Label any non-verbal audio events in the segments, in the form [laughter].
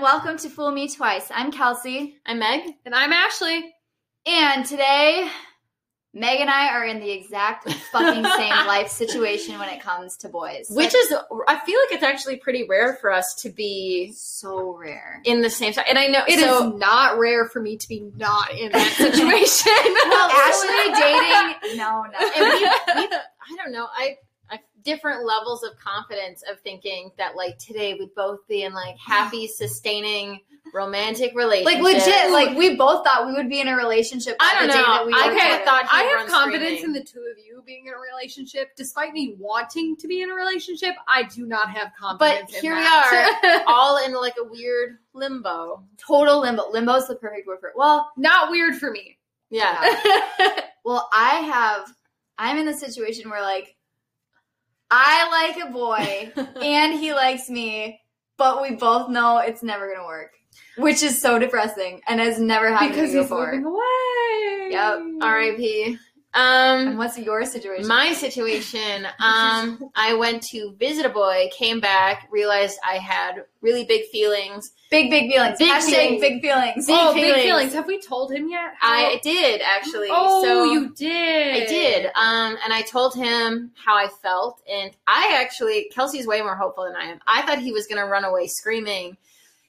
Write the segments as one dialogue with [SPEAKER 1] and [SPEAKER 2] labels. [SPEAKER 1] welcome to Fool Me Twice. I'm Kelsey,
[SPEAKER 2] I'm Meg. And I'm Ashley.
[SPEAKER 1] and today Meg and I are in the exact
[SPEAKER 2] [laughs]
[SPEAKER 1] fucking same life situation when it comes to boys,
[SPEAKER 2] Which is, I feel like it's actually pretty rare for us to be
[SPEAKER 1] is so rare.
[SPEAKER 2] in the same. And I know
[SPEAKER 3] It is
[SPEAKER 2] so,
[SPEAKER 3] not rare for me to be not
[SPEAKER 2] [laughs]
[SPEAKER 3] in that situation.
[SPEAKER 1] Well, Ashley dating? No,
[SPEAKER 2] and we,
[SPEAKER 1] no.
[SPEAKER 2] we, I don't know. I, I different levels of confidence of thinking that like today we'd both be in like [sighs] happy, sustaining, romantic relationships. [laughs]
[SPEAKER 1] Like legit, like we both thought we would be in a relationship. by
[SPEAKER 2] I don't
[SPEAKER 1] the day
[SPEAKER 2] know.
[SPEAKER 1] That we
[SPEAKER 2] I
[SPEAKER 1] were
[SPEAKER 2] kinda
[SPEAKER 1] together.
[SPEAKER 2] thought-
[SPEAKER 3] I
[SPEAKER 2] He'd
[SPEAKER 3] have
[SPEAKER 2] run
[SPEAKER 3] confidence
[SPEAKER 2] screaming.
[SPEAKER 3] in the two of you being in a relationship, despite me wanting to be in a relationship. I do not have confidence. in
[SPEAKER 2] here we
[SPEAKER 3] that.
[SPEAKER 2] [laughs] all in like a weird limbo.
[SPEAKER 1] total limbo. Limbo is the perfect word for it. Well,
[SPEAKER 3] [laughs] not weird
[SPEAKER 2] [laughs]
[SPEAKER 3] for me.
[SPEAKER 2] Yeah.
[SPEAKER 1] [laughs] Well, I have. I'm in the situation where like I like a boy and he likes me, but we both know it's never gonna work, which is so depressing and has never happened
[SPEAKER 3] because
[SPEAKER 1] to me
[SPEAKER 3] he's
[SPEAKER 1] before.
[SPEAKER 3] moving away.
[SPEAKER 1] Yep.
[SPEAKER 2] R.I.P.
[SPEAKER 1] And
[SPEAKER 2] Um,
[SPEAKER 1] what's your situation?
[SPEAKER 2] my situation. Um, I went to visit a boy, came back, realized I had really big feelings.
[SPEAKER 1] big, big feelings.
[SPEAKER 2] Big
[SPEAKER 1] Hashtag
[SPEAKER 2] feelings.
[SPEAKER 1] big feelings.
[SPEAKER 2] Big
[SPEAKER 3] oh,
[SPEAKER 2] feelings.
[SPEAKER 3] big feelings. Have we told him yet?
[SPEAKER 2] I did actually.
[SPEAKER 3] oh,
[SPEAKER 2] so
[SPEAKER 3] you did.
[SPEAKER 2] I did. Um, and I told him how I felt, and I actually Kelsey's way more hopeful than I am. I thought he was gonna run away screaming.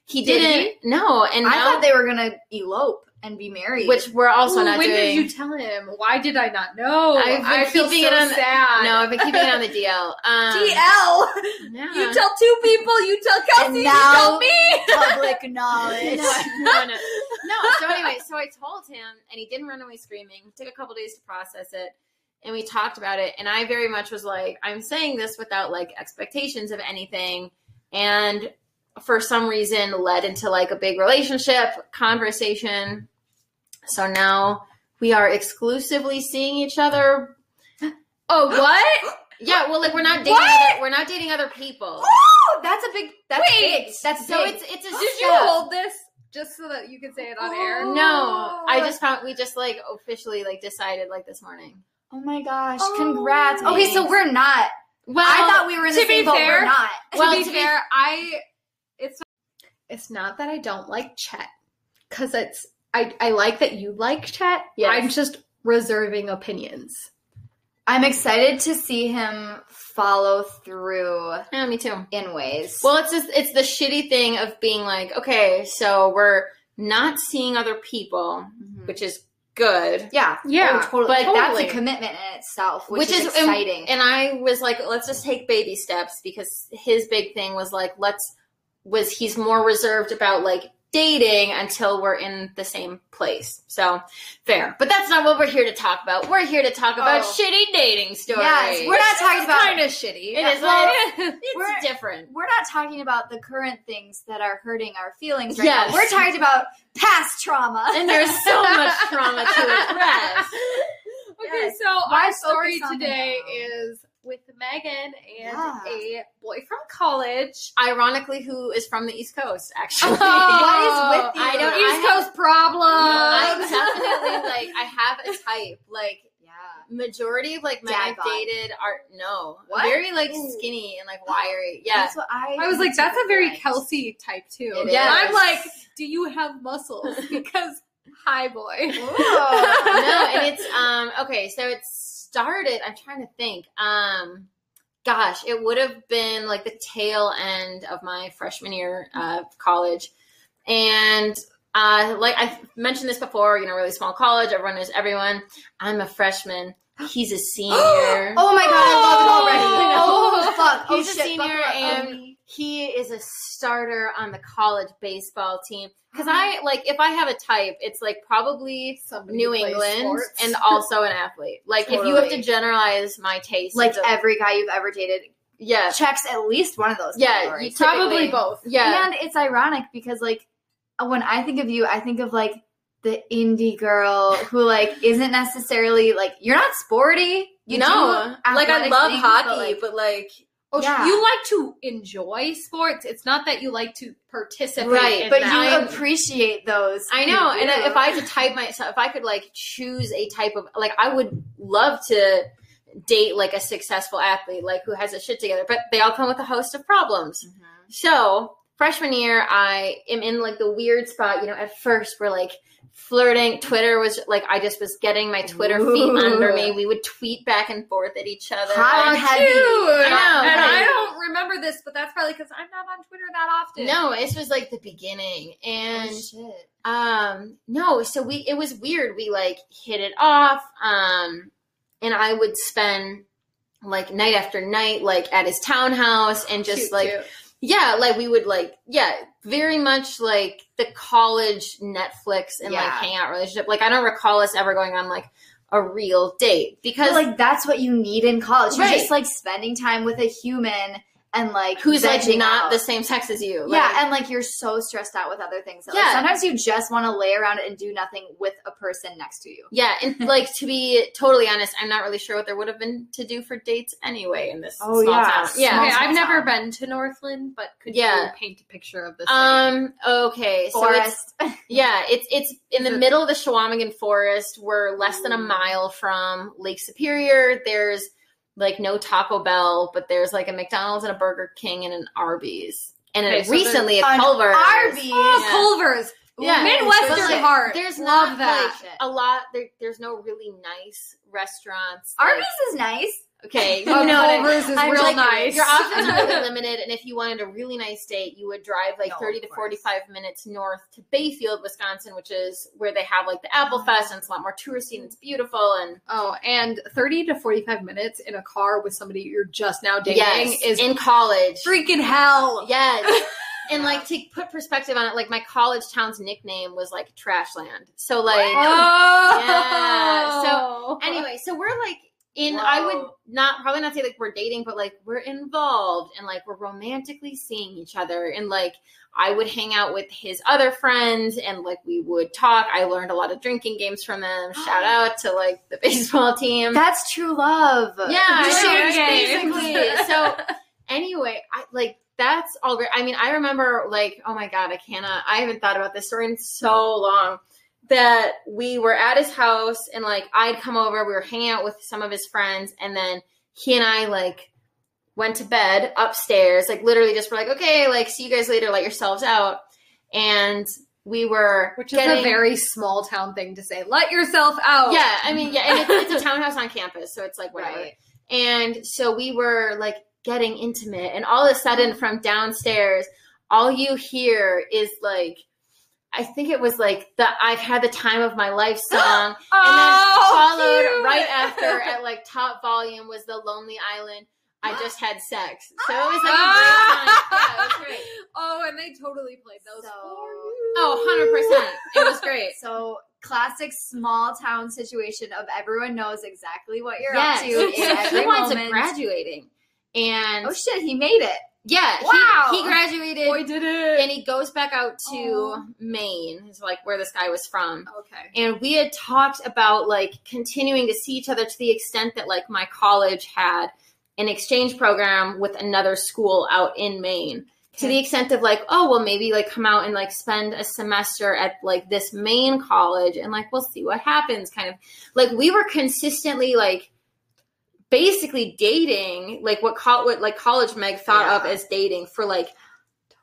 [SPEAKER 2] He
[SPEAKER 1] Did
[SPEAKER 2] didn't. No, and
[SPEAKER 1] I
[SPEAKER 2] now
[SPEAKER 1] thought they were gonna elope and be married.
[SPEAKER 2] which we're also
[SPEAKER 3] Ooh,
[SPEAKER 2] not
[SPEAKER 3] when
[SPEAKER 2] doing.
[SPEAKER 3] did you tell him? Why did I not know?
[SPEAKER 2] I've been
[SPEAKER 3] I feel
[SPEAKER 2] keeping
[SPEAKER 3] so
[SPEAKER 2] it on-
[SPEAKER 3] sad.
[SPEAKER 2] no, I've been keeping it on the DL.
[SPEAKER 3] [laughs]
[SPEAKER 2] Um,
[SPEAKER 3] DL.
[SPEAKER 2] yeah.
[SPEAKER 3] You tell two people. You tell
[SPEAKER 1] And
[SPEAKER 3] [laughs] Kelsey.
[SPEAKER 1] now-
[SPEAKER 3] you tell me. [laughs]
[SPEAKER 1] public
[SPEAKER 2] no,
[SPEAKER 1] knowledge.
[SPEAKER 2] no, no. No, so anyway, so I told him, and he didn't run away screaming. It took a couple days to process it, and we talked about it. And I very much was like, I'm saying this without like expectations of anything, and for some reason led into like a big relationship conversation. So now we are exclusively seeing each other.
[SPEAKER 3] Oh, what?
[SPEAKER 2] Yeah, well, like we're not dating.
[SPEAKER 3] What?
[SPEAKER 2] Other, we're not dating other people.
[SPEAKER 1] Woo! that's a big. That's
[SPEAKER 3] Wait,
[SPEAKER 1] big. That's
[SPEAKER 2] So
[SPEAKER 1] big.
[SPEAKER 2] it's it's a
[SPEAKER 3] Did you
[SPEAKER 2] step.
[SPEAKER 3] hold this just so that you could say it on air?
[SPEAKER 2] No, I just found we just like officially like decided like this morning.
[SPEAKER 1] oh my gosh!
[SPEAKER 3] Oh.
[SPEAKER 1] Congrats. Okay, so we're not.
[SPEAKER 2] Well,
[SPEAKER 1] I thought we were in the
[SPEAKER 3] to be
[SPEAKER 1] same boat.
[SPEAKER 3] fair-
[SPEAKER 1] we're not.
[SPEAKER 2] well,
[SPEAKER 3] to be
[SPEAKER 2] to be-
[SPEAKER 3] fair, I it's not, it's not that I don't like Chet because it's I I like that you like Chet.
[SPEAKER 2] Yes.
[SPEAKER 3] I'm just reserving opinions.
[SPEAKER 1] I'm excited to see him follow through
[SPEAKER 2] yeah, Oh, me too.
[SPEAKER 1] in ways.
[SPEAKER 2] Well, it's just it's the shitty thing of being like, okay, so we're not seeing other people,
[SPEAKER 1] Mhm.
[SPEAKER 2] which is good.
[SPEAKER 1] yeah,
[SPEAKER 3] Yeah,
[SPEAKER 1] Oh, totally.
[SPEAKER 2] but
[SPEAKER 1] But that's a
[SPEAKER 2] totally.
[SPEAKER 1] commitment in itself, which,
[SPEAKER 2] Which
[SPEAKER 1] is,
[SPEAKER 2] is- and-
[SPEAKER 1] exciting.
[SPEAKER 2] And I was like, let's just take baby steps because his big thing was like, let's was he's more reserved about like dating until we're in the same place. So fair. But that's not what we're here to talk about. We're here to talk about
[SPEAKER 3] Oh.
[SPEAKER 2] shitty dating stories.
[SPEAKER 1] Yes, we're not talking about.
[SPEAKER 3] kind of shitty.
[SPEAKER 2] It is
[SPEAKER 1] Well,
[SPEAKER 2] what it is. It's
[SPEAKER 1] we're-
[SPEAKER 2] different.
[SPEAKER 1] we're not talking about the current things that are hurting our feelings right
[SPEAKER 2] Yes.
[SPEAKER 1] now. We're talking about past trauma.
[SPEAKER 2] And there's so much trauma to
[SPEAKER 1] [laughs]
[SPEAKER 2] address.
[SPEAKER 3] [laughs] Okay,
[SPEAKER 1] Yes.
[SPEAKER 3] so
[SPEAKER 1] Why
[SPEAKER 3] our story
[SPEAKER 1] focus on the
[SPEAKER 3] today
[SPEAKER 1] now?
[SPEAKER 3] is with Megan and
[SPEAKER 1] Yeah.
[SPEAKER 3] a boy from [laughs] college.
[SPEAKER 2] Ironically, who is from the East Coast, actually.
[SPEAKER 1] [laughs] Oh,
[SPEAKER 2] [laughs]
[SPEAKER 3] what is with you?
[SPEAKER 2] I don't- I
[SPEAKER 3] East
[SPEAKER 2] have-
[SPEAKER 3] Coast problem.
[SPEAKER 2] I definitely like I have a type. Like
[SPEAKER 1] [laughs] yeah.
[SPEAKER 2] majority of like men
[SPEAKER 1] Dad
[SPEAKER 2] I've
[SPEAKER 1] bod.
[SPEAKER 2] dated are no.
[SPEAKER 1] What?
[SPEAKER 2] Very like
[SPEAKER 1] Ooh.
[SPEAKER 2] skinny and like wiry. Yeah.
[SPEAKER 1] That's what I.
[SPEAKER 3] I was like, that's a very
[SPEAKER 1] liked.
[SPEAKER 3] Kelsey type too.
[SPEAKER 1] It
[SPEAKER 3] And
[SPEAKER 2] is.
[SPEAKER 3] I'm like, do you
[SPEAKER 2] [laughs]
[SPEAKER 3] have muscles? Because hi, boy.
[SPEAKER 1] Ooh.
[SPEAKER 2] no, and it's um okay, so it started I'm trying to think. Um gosh, it would have been like the tail end of my freshman year of college. And uh like I mentioned this before, you know, really small college, everyone knows everyone. I'm a freshman. He's a senior.
[SPEAKER 1] Oh my god, I love it already.
[SPEAKER 3] Oh.
[SPEAKER 1] Oh [laughs] fuck. Oh
[SPEAKER 2] He's a
[SPEAKER 1] shit,
[SPEAKER 2] senior
[SPEAKER 1] buckle up.
[SPEAKER 2] and-
[SPEAKER 1] Oh, me.
[SPEAKER 2] He is a starter on the college baseball team. Cause
[SPEAKER 1] Uh-huh.
[SPEAKER 2] I like if I have a type, it's like probably
[SPEAKER 3] Somebody
[SPEAKER 2] New
[SPEAKER 3] who plays
[SPEAKER 2] England
[SPEAKER 3] sports.
[SPEAKER 2] and [laughs] also an athlete. Like if you have to
[SPEAKER 1] Totally.
[SPEAKER 2] generalize my taste,
[SPEAKER 1] like
[SPEAKER 2] it's a-
[SPEAKER 1] every guy you've ever dated
[SPEAKER 2] yeah,
[SPEAKER 1] checks at least one of those.
[SPEAKER 2] Yeah,
[SPEAKER 1] categories,
[SPEAKER 2] you typically-
[SPEAKER 3] probably
[SPEAKER 1] typically.
[SPEAKER 3] both.
[SPEAKER 2] yeah,
[SPEAKER 1] And it's ironic because like when I think of you, I think of like the indie girl who like isn't necessarily like you're not sporty. You
[SPEAKER 2] you know,
[SPEAKER 1] do
[SPEAKER 2] like I
[SPEAKER 1] athletic
[SPEAKER 2] love
[SPEAKER 1] things, but,
[SPEAKER 2] hockey,
[SPEAKER 1] like-
[SPEAKER 2] but like,
[SPEAKER 3] Oh,
[SPEAKER 1] Yeah.
[SPEAKER 3] you like to enjoy sports. It's not that you like to participate.
[SPEAKER 2] Right,
[SPEAKER 3] in
[SPEAKER 1] but
[SPEAKER 3] them.
[SPEAKER 1] you
[SPEAKER 2] I-
[SPEAKER 1] appreciate those.
[SPEAKER 2] I know.
[SPEAKER 1] who
[SPEAKER 2] And
[SPEAKER 1] do.
[SPEAKER 2] if I had to type myself, if I could like choose a type of like, I would love to date like a successful athlete, like who has a shit together, but they all come with a host of problems.
[SPEAKER 1] Mhm.
[SPEAKER 2] So freshman year, I am in like the weird spot. You know, at first we're like flirting. Twitter was like I just was getting my Twitter feet
[SPEAKER 1] Ooh.
[SPEAKER 2] under me. We would tweet back and forth at each other.
[SPEAKER 1] Hot and
[SPEAKER 2] Like,
[SPEAKER 1] heavy.
[SPEAKER 2] I know,
[SPEAKER 3] and
[SPEAKER 2] right?
[SPEAKER 3] I don't remember this, but that's probably because I'm not on Twitter that often.
[SPEAKER 2] no, this was like the beginning, and
[SPEAKER 1] shit.
[SPEAKER 2] um no so we it was weird we like hit it off um and i would spend like night after night like at his townhouse and just
[SPEAKER 4] Cute,
[SPEAKER 2] like
[SPEAKER 4] cute.
[SPEAKER 2] yeah like we would like yeah very much like the college netflix and like
[SPEAKER 1] Yeah.
[SPEAKER 2] hangout relationship like i don't recall us ever going on like a real date because
[SPEAKER 1] But, like that's what you need in college. You're
[SPEAKER 2] Right.
[SPEAKER 1] just like spending time with a human and like
[SPEAKER 2] who's like
[SPEAKER 1] vegging
[SPEAKER 2] not
[SPEAKER 1] out.
[SPEAKER 2] the same sex as you like,
[SPEAKER 1] yeah, and like you're so stressed out with other things. That, like,
[SPEAKER 2] Yeah.
[SPEAKER 1] sometimes you just want to lay around and do nothing with a person next to you.
[SPEAKER 2] Yeah, and
[SPEAKER 1] [laughs]
[SPEAKER 2] like to be totally honest, I'm not really sure what there would have been to do for dates anyway in this
[SPEAKER 1] Oh,
[SPEAKER 2] small
[SPEAKER 1] yeah.
[SPEAKER 2] town. Yeah.
[SPEAKER 1] Small
[SPEAKER 3] okay, I've
[SPEAKER 1] town.
[SPEAKER 3] never been to Northland, but could
[SPEAKER 2] Yeah.
[SPEAKER 3] you paint a picture of this?
[SPEAKER 2] Um. Okay. So it's
[SPEAKER 1] Forest.
[SPEAKER 2] yeah. It's it's in the
[SPEAKER 3] Is it- Mm.
[SPEAKER 2] middle of the Shawamigan Forest. We're less than a mile from Lake Superior. There's like no Taco Bell, but there's like a McDonald's and a Burger King and an Arby's and
[SPEAKER 3] Okay,
[SPEAKER 2] a,
[SPEAKER 3] so there's
[SPEAKER 2] recently a
[SPEAKER 1] an
[SPEAKER 2] Culver's.
[SPEAKER 1] Arby's.
[SPEAKER 3] oh,
[SPEAKER 2] yeah.
[SPEAKER 3] Culver's,
[SPEAKER 2] Yeah.
[SPEAKER 3] Midwestern
[SPEAKER 2] But, like,
[SPEAKER 3] heart.
[SPEAKER 2] There's
[SPEAKER 3] Love
[SPEAKER 2] not
[SPEAKER 3] that.
[SPEAKER 2] like a lot. There, there's no really nice restaurants. like-
[SPEAKER 1] Arby's is nice.
[SPEAKER 2] Okay, you
[SPEAKER 3] [laughs] Oh,
[SPEAKER 2] know what I-
[SPEAKER 3] Culver's is
[SPEAKER 2] I'm
[SPEAKER 3] real
[SPEAKER 2] like,
[SPEAKER 3] nice.
[SPEAKER 2] Your
[SPEAKER 3] [laughs]
[SPEAKER 2] options are really limited, and if you wanted a really nice date, you would drive like
[SPEAKER 1] No,
[SPEAKER 2] thirty
[SPEAKER 1] of
[SPEAKER 2] to
[SPEAKER 1] course.
[SPEAKER 2] forty-five minutes north to Bayfield, Wisconsin, which is where they have like the
[SPEAKER 3] Mm-hmm.
[SPEAKER 2] Apple Fest, and it's a lot more touristy and it's beautiful. And
[SPEAKER 3] Oh, and 30 to 45 minutes in a car with somebody you're just now dating
[SPEAKER 2] yes,
[SPEAKER 3] is
[SPEAKER 2] in college.
[SPEAKER 3] freaking hell. [laughs]
[SPEAKER 2] Yes. And like to put perspective on it, like my college town's nickname was like Trashland. So like
[SPEAKER 3] Oh.
[SPEAKER 2] anyway, so we're like in I would
[SPEAKER 1] Whoa.
[SPEAKER 2] not probably not say like we're dating, but like we're involved and like we're romantically seeing each other and like I would hang out with his other friends and like we would talk. I learned a lot of drinking games from them. Shout out to like the baseball team.
[SPEAKER 1] That's true love.
[SPEAKER 2] yeah,
[SPEAKER 3] You
[SPEAKER 2] I
[SPEAKER 3] shared
[SPEAKER 2] know,
[SPEAKER 3] games.
[SPEAKER 2] [laughs] basically. so anyway, I like that's all great. I mean, I remember like, oh my god, I cannot. I haven't thought about this story in so long. That we were at his house and like I'd come over, we were hanging out with some of his friends, and then he and I like went to bed upstairs, like literally just were like, okay, like see you guys later, let yourselves out, and we were
[SPEAKER 3] Which is a very small town thing to say. Let yourself out.
[SPEAKER 2] yeah, I mean, yeah, and it's, it's a townhouse on campus, so it's like whatever.
[SPEAKER 1] Right.
[SPEAKER 2] And so we were like getting intimate, and all of a sudden from downstairs, all you hear is like, I think it was like the "I've had the time of my
[SPEAKER 1] [gasps]
[SPEAKER 2] life" song, and then
[SPEAKER 3] Oh,
[SPEAKER 1] Oh,
[SPEAKER 2] followed right
[SPEAKER 1] [laughs]
[SPEAKER 2] after at like top volume was the Lonely Island. I just had sex, so it was like a great
[SPEAKER 1] Ah!
[SPEAKER 2] time. Yeah, it was great.
[SPEAKER 3] [laughs] Oh, and they totally played those.
[SPEAKER 1] So-
[SPEAKER 3] for you.
[SPEAKER 2] Oh, 100 percent, it was great.
[SPEAKER 1] So classic small town situation of everyone knows exactly what you're
[SPEAKER 2] yes, [laughs]
[SPEAKER 1] up to. in
[SPEAKER 2] he
[SPEAKER 1] every
[SPEAKER 2] winds up
[SPEAKER 1] moment.
[SPEAKER 2] graduating, and
[SPEAKER 1] Oh shit, he made it.
[SPEAKER 2] Yeah,
[SPEAKER 1] Wow.
[SPEAKER 2] he, he graduated
[SPEAKER 3] Boy, did it.
[SPEAKER 2] and he goes back out to
[SPEAKER 3] Aw.
[SPEAKER 2] Maine, is like where this guy was from.
[SPEAKER 3] okay.
[SPEAKER 2] And we had talked about like continuing to see each other to the extent that like my college had an exchange program with another school out in Maine. To the extent of like, oh well maybe like come out and like spend a semester at like this Maine college and like we'll see what happens kind of like we were consistently like basically dating like what col- what like college meg thought of
[SPEAKER 1] Yeah.
[SPEAKER 2] as dating for like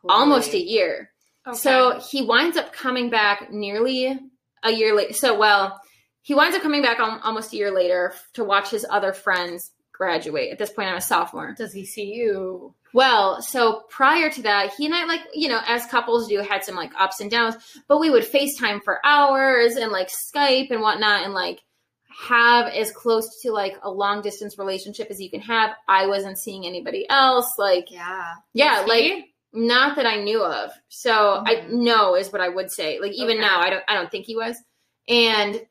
[SPEAKER 2] almost a year
[SPEAKER 3] Okay.
[SPEAKER 2] so he winds up coming back nearly a year late. so well he winds up coming back al- almost a year later to watch his other friends graduate at this point i'm a sophomore
[SPEAKER 3] does he see you?
[SPEAKER 2] well, so prior to that, he and I, like, you know, as couples do, had some like ups and downs, but we would FaceTime for hours and like Skype and whatnot and like have as close to like a long distance relationship as you can have. I wasn't seeing anybody else. Like,
[SPEAKER 1] Yeah.
[SPEAKER 2] yeah,
[SPEAKER 3] Was
[SPEAKER 2] like
[SPEAKER 3] he?
[SPEAKER 2] not that I knew of. So I
[SPEAKER 1] Mm-hmm.
[SPEAKER 2] no is what I would say. Like even
[SPEAKER 3] Okay.
[SPEAKER 2] now, I don't I don't think he was. And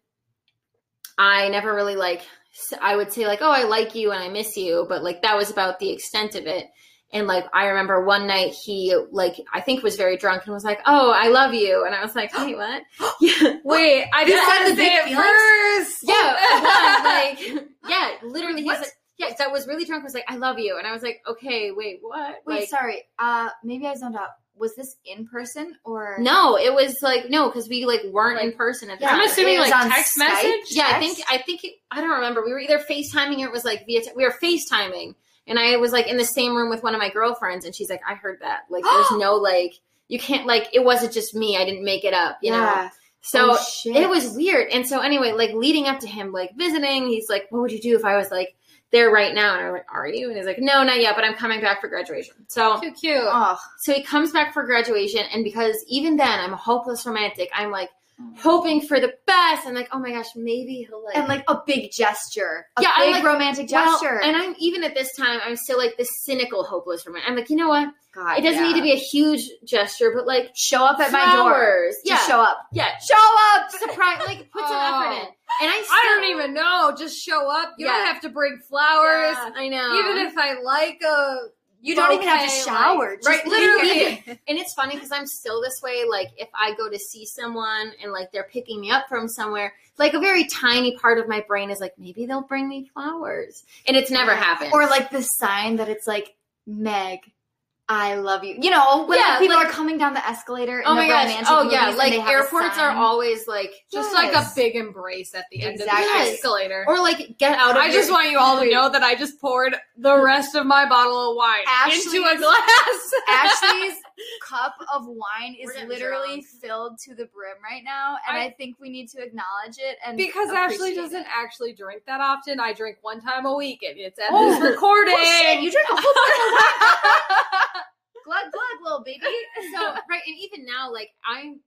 [SPEAKER 2] I never really like s- I would say like, "Oh, I like you and I miss you," but like that was about the extent of it. And like I remember one night he like I think was very drunk and was like, "Oh, I love you," and I was like,
[SPEAKER 1] [gasps]
[SPEAKER 2] "Wait, what?" [laughs] yeah,
[SPEAKER 3] Wait, I just
[SPEAKER 1] Yeah,
[SPEAKER 3] had to
[SPEAKER 1] big
[SPEAKER 3] say it
[SPEAKER 1] feelings?
[SPEAKER 3] first.
[SPEAKER 2] yeah, I
[SPEAKER 1] [laughs]
[SPEAKER 2] was like, yeah, literally, he was
[SPEAKER 1] What?
[SPEAKER 2] like, yeah, that was really drunk. Was like, "I love you," and I was like, "Okay, wait, what?"
[SPEAKER 1] Wait,
[SPEAKER 2] like,
[SPEAKER 1] sorry. Uh maybe I zoned out. Was this in person or
[SPEAKER 2] No, it was like no, because we like weren't in person at the
[SPEAKER 1] Yeah,
[SPEAKER 2] time.
[SPEAKER 3] I'm assuming
[SPEAKER 1] it was
[SPEAKER 3] like
[SPEAKER 1] on
[SPEAKER 3] text
[SPEAKER 1] Skype?
[SPEAKER 3] message.
[SPEAKER 2] yeah, I
[SPEAKER 1] text?
[SPEAKER 2] think I think it, I don't remember. We were either FaceTiming or it was like via. Te- we were FaceTiming, And I was like in the same room with one of my girlfriends, and she's like, I heard that.
[SPEAKER 1] [gasps]
[SPEAKER 2] Like, there's no like, you can't like, it wasn't just me. I didn't make it up, you know. So
[SPEAKER 1] Oh, shit.
[SPEAKER 2] it was weird. And so anyway, like leading up to him like visiting, he's like, "What would you do if I was like there right now?" And I'm like, "Are you?" And he's like, "No, not yet, but I'm coming back for graduation." So
[SPEAKER 4] Too cute.
[SPEAKER 1] Oh,
[SPEAKER 2] so he comes back for graduation, and because even then I'm a hopeless romantic, I'm like hoping for the best. I'm like, "Oh my gosh, maybe he'll like."
[SPEAKER 1] and like a big gesture, a
[SPEAKER 2] Yeah, I
[SPEAKER 1] big
[SPEAKER 2] like-
[SPEAKER 1] romantic
[SPEAKER 2] Well,
[SPEAKER 1] gesture.
[SPEAKER 2] and I'm even at this time, I'm still like this cynical, hopeless romantic. I'm like, you know what?
[SPEAKER 1] God,
[SPEAKER 2] It doesn't
[SPEAKER 1] Uh, yeah.
[SPEAKER 2] need to be a huge gesture, but like
[SPEAKER 1] show up at my door.
[SPEAKER 2] flowers. Yeah,
[SPEAKER 1] Just show Oh. up.
[SPEAKER 2] yeah,
[SPEAKER 1] Show up.
[SPEAKER 2] surprise. Like put some effort in. And I, still,
[SPEAKER 4] I don't even know. Just show up. You
[SPEAKER 2] Yeah.
[SPEAKER 4] don't have to bring flowers.
[SPEAKER 2] Yeah, I know.
[SPEAKER 4] Even if I like a,
[SPEAKER 1] Um, You don't even have to
[SPEAKER 4] bouquet,
[SPEAKER 1] shower.
[SPEAKER 4] like-
[SPEAKER 1] Just
[SPEAKER 4] right?
[SPEAKER 1] leave
[SPEAKER 4] Literally.
[SPEAKER 1] [laughs]
[SPEAKER 2] and it's funny because I'm still this way. Like if I go to see someone and like they're picking me up from somewhere, like a very tiny part of my brain is like maybe they'll bring me flowers, and it's never happened.
[SPEAKER 1] Or like the sign that it's like Meg. I love you. You know, when
[SPEAKER 2] Yeah,
[SPEAKER 1] people
[SPEAKER 2] like-
[SPEAKER 1] are coming down the escalator. In
[SPEAKER 2] oh
[SPEAKER 1] the
[SPEAKER 2] my gosh,
[SPEAKER 1] romantic
[SPEAKER 2] oh
[SPEAKER 1] movies
[SPEAKER 2] yeah,
[SPEAKER 1] and
[SPEAKER 2] like
[SPEAKER 1] they have a
[SPEAKER 2] airports are
[SPEAKER 1] sign.
[SPEAKER 2] always like
[SPEAKER 4] Just like a
[SPEAKER 1] Yes.
[SPEAKER 4] big embrace at the end of
[SPEAKER 1] Exactly.
[SPEAKER 4] the escalator.
[SPEAKER 2] or like [laughs] get out. of
[SPEAKER 4] I just
[SPEAKER 2] your-
[SPEAKER 4] want you all to know that I just poured the rest of my bottle of wine into a
[SPEAKER 1] Ashley's-
[SPEAKER 4] glass.
[SPEAKER 1] Ashley's cup of wine is
[SPEAKER 2] We're getting
[SPEAKER 1] literally
[SPEAKER 2] drunk.
[SPEAKER 1] filled to the brim right now, and I,
[SPEAKER 4] I-
[SPEAKER 1] think we need to acknowledge it. [laughs] And
[SPEAKER 4] because Ashley
[SPEAKER 1] appreciate it.
[SPEAKER 4] doesn't actually drink that often. I drink one time a week, and it's at
[SPEAKER 1] Oh. [laughs]
[SPEAKER 4] this recording.
[SPEAKER 1] Oh, shit, you drink a whole bottle of
[SPEAKER 2] [laughs]
[SPEAKER 1] wine. glug glug, little baby.
[SPEAKER 2] so right, and even now, like I'm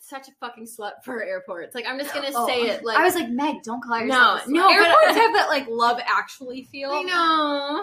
[SPEAKER 2] such a fucking slut for airports. Like I'm just gonna
[SPEAKER 1] Oh,
[SPEAKER 2] say it. Like
[SPEAKER 1] I was like, Meg, don't call
[SPEAKER 2] no,
[SPEAKER 1] yourself. a slut."
[SPEAKER 2] no, but
[SPEAKER 1] uh,
[SPEAKER 4] Airports have that like love actually feel.
[SPEAKER 2] I know.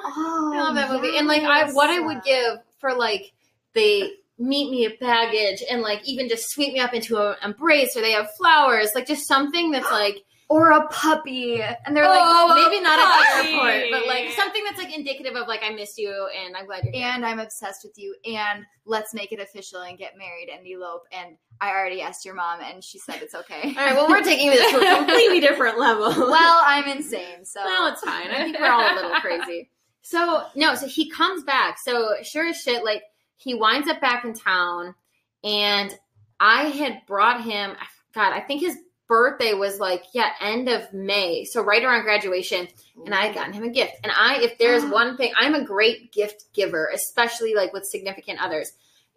[SPEAKER 1] Oh,
[SPEAKER 2] I love that movie. And like I what I
[SPEAKER 1] yes.
[SPEAKER 2] would give for like they meet me at baggage and like even just sweep me up into an embrace or they have flowers, like just something that's like
[SPEAKER 1] or a puppy, and they're
[SPEAKER 2] or like
[SPEAKER 1] like,
[SPEAKER 2] maybe not at the
[SPEAKER 4] puppy.
[SPEAKER 2] airport, but like something that's like indicative of like I miss you and I'm glad you're here.
[SPEAKER 1] and I'm obsessed with you, and let's make it official and get married and elope. And I already asked your mom, and she said it's okay.
[SPEAKER 2] All
[SPEAKER 1] [laughs]
[SPEAKER 2] right, well we're taking this to a completely different level.
[SPEAKER 1] well, I'm insane, so
[SPEAKER 2] Well, it's fine. I think we're all a little crazy. So no, so he comes back. So sure as shit, like he winds up back in town, and I had brought him. God, I think his birthday was like yeah, end of May, so right around graduation, and I had gotten him a gift. And I, if there's one thing, I'm a great gift giver, especially like with significant others.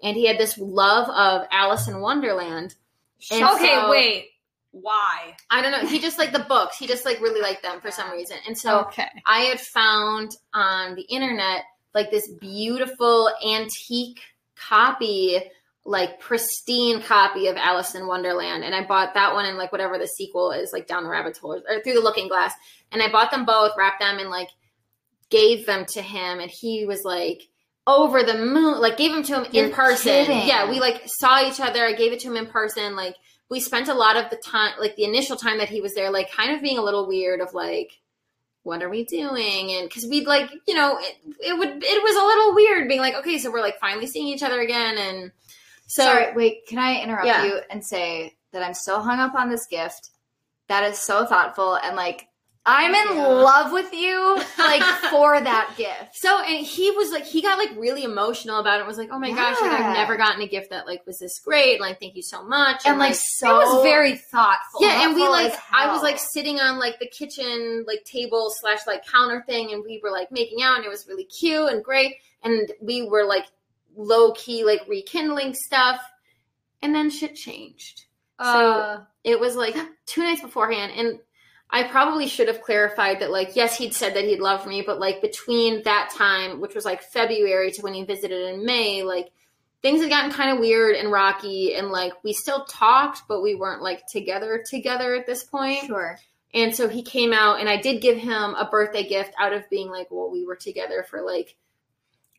[SPEAKER 2] And he had this love of Alice in Wonderland. And
[SPEAKER 4] okay,
[SPEAKER 2] so-
[SPEAKER 4] wait. Why?
[SPEAKER 2] I don't know. He just like the books. He just like really liked them for some reason. And so
[SPEAKER 4] okay.
[SPEAKER 2] I had found on the internet like this beautiful antique copy, like pristine copy of Alice in Wonderland. And I bought that one and like whatever the sequel is, like Down the Rabbit Hole or, or Through the Looking Glass. And I bought them both, wrapped them, and like gave them to him. And he was like, over the moon, like gave them to him in
[SPEAKER 1] You're
[SPEAKER 2] person.
[SPEAKER 1] kidding.
[SPEAKER 2] Yeah, we like saw each other. I gave it to him in person. Like we spent a lot of the time, like the initial time that he was there, like kind of being a little weird of like, what are we doing? And because we'd like, you know, it, it would, it was a little weird being like, okay, so we're like finally seeing each other again. And so, [laughs]
[SPEAKER 1] Sorry, wait, can I interrupt
[SPEAKER 2] Yeah.
[SPEAKER 1] you and say that I'm so hung up on this gift? That is so thoughtful and like I'm in
[SPEAKER 2] Yeah.
[SPEAKER 1] love with you like [laughs] for that gift.
[SPEAKER 2] [laughs] so, and he was like, he got like really emotional about it. Was like, oh my gosh, like,
[SPEAKER 1] Yeah.
[SPEAKER 2] I've never gotten a gift that like was this great. Like, thank you so much.
[SPEAKER 1] And like so
[SPEAKER 4] it was very thoughtful.
[SPEAKER 2] yeah and we
[SPEAKER 1] thoughtful
[SPEAKER 2] like
[SPEAKER 1] as
[SPEAKER 2] i was like
[SPEAKER 1] hell.
[SPEAKER 2] sitting on like the kitchen like table slash like counter thing and we were like making out and it was really cute and great and we were like low key like rekindling stuff and then shit changed
[SPEAKER 4] Uh,
[SPEAKER 2] it was like two nights beforehand and i probably should have clarified that like yes he'd said that he'd loved me but like between that time which was like february to when he visited in may like things had gotten kind of weird and rocky and like we still talked but we weren't like together together at this point
[SPEAKER 1] sure.
[SPEAKER 2] and so he came out and i did give him a birthday gift out of being like well we were together for like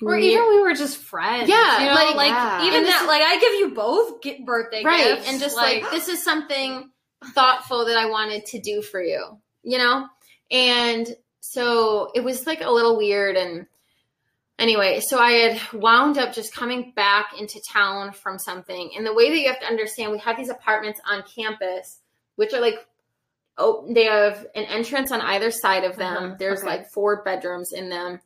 [SPEAKER 4] or
[SPEAKER 2] near-
[SPEAKER 4] even we were just friends.
[SPEAKER 2] Yeah,
[SPEAKER 4] you know?
[SPEAKER 2] like-
[SPEAKER 4] like,
[SPEAKER 1] Yeah.
[SPEAKER 4] even
[SPEAKER 2] And this
[SPEAKER 4] that.
[SPEAKER 2] is-
[SPEAKER 4] like I give you both gi- birthday
[SPEAKER 2] right
[SPEAKER 4] gifts,
[SPEAKER 2] and just like, this is something thoughtful that i wanted to do for you you know and so it was like a little weird and anyway so i had wound up just coming back into town from something and the way that you have to understand we have these apartments on campus which are like oh they have an entrance on either side of them
[SPEAKER 4] Uh-huh,
[SPEAKER 2] there's
[SPEAKER 1] okay.
[SPEAKER 2] like four bedrooms in them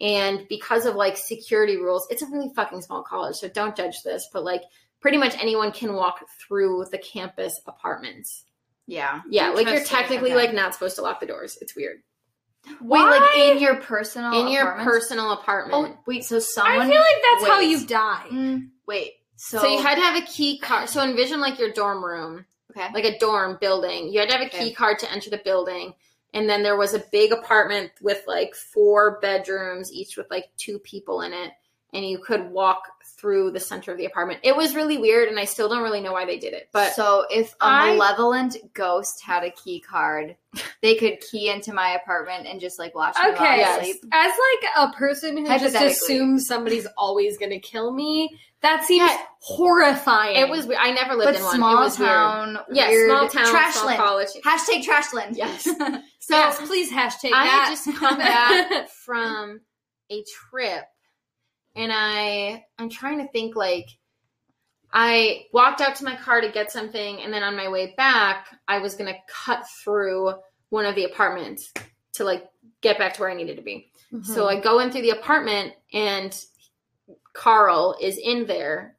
[SPEAKER 2] and because of like security rules it's a really fucking small college so don't judge this but like pretty much anyone can walk through the campus apartments
[SPEAKER 1] Yeah.
[SPEAKER 2] yeah like you're
[SPEAKER 4] Interesting,
[SPEAKER 2] technically
[SPEAKER 1] okay.
[SPEAKER 2] like not supposed to lock the doors it's weird
[SPEAKER 1] Wait, like in your personal
[SPEAKER 2] in your
[SPEAKER 1] apartment?
[SPEAKER 2] personal apartment.
[SPEAKER 1] Oh, wait.
[SPEAKER 4] [gasps]
[SPEAKER 1] So
[SPEAKER 4] I
[SPEAKER 1] someone.
[SPEAKER 4] feel like that's how
[SPEAKER 2] Wait.
[SPEAKER 4] you die.
[SPEAKER 1] Mm,
[SPEAKER 2] Wait,
[SPEAKER 1] so,
[SPEAKER 2] so, you had to have a key card. So envision like your dorm room,
[SPEAKER 1] okay.
[SPEAKER 2] like a dorm building. You had to have a
[SPEAKER 1] Okay.
[SPEAKER 2] key card to enter the building, and then there was a big apartment with like four bedrooms, each with like two people in it, and you could walk through the center of the apartment. It was really weird, and I still don't really know why they did it, but
[SPEAKER 1] so if a
[SPEAKER 2] I-
[SPEAKER 1] malevolent ghost had a key card, they could key into my apartment and just like watch me while I
[SPEAKER 4] Okay.
[SPEAKER 2] Yes.
[SPEAKER 1] sleep.
[SPEAKER 4] As like a person who just
[SPEAKER 1] Hypothetically.
[SPEAKER 4] assumes somebody's always gonna kill me, that seems
[SPEAKER 2] Yeah.
[SPEAKER 4] horrifying.
[SPEAKER 2] it was. we- I never lived
[SPEAKER 1] But
[SPEAKER 2] in one. it
[SPEAKER 1] small
[SPEAKER 2] was weird.
[SPEAKER 1] town,
[SPEAKER 2] Yeah,
[SPEAKER 1] weird,
[SPEAKER 2] small town, small
[SPEAKER 1] Trashland.
[SPEAKER 2] college.
[SPEAKER 1] Hashtag Trashland.
[SPEAKER 2] Yes.
[SPEAKER 4] so. Yes, please hashtag
[SPEAKER 2] I
[SPEAKER 4] that.
[SPEAKER 2] had just
[SPEAKER 4] [laughs]
[SPEAKER 2] come [laughs] back from a trip and I I'm trying to think like I walked out to my car to get something and then on my way back I was going to cut through one of the apartments to like get back to where I needed to be.
[SPEAKER 3] Mm-hmm.
[SPEAKER 4] [gasps]
[SPEAKER 2] So I go in through the apartment and Carl is in there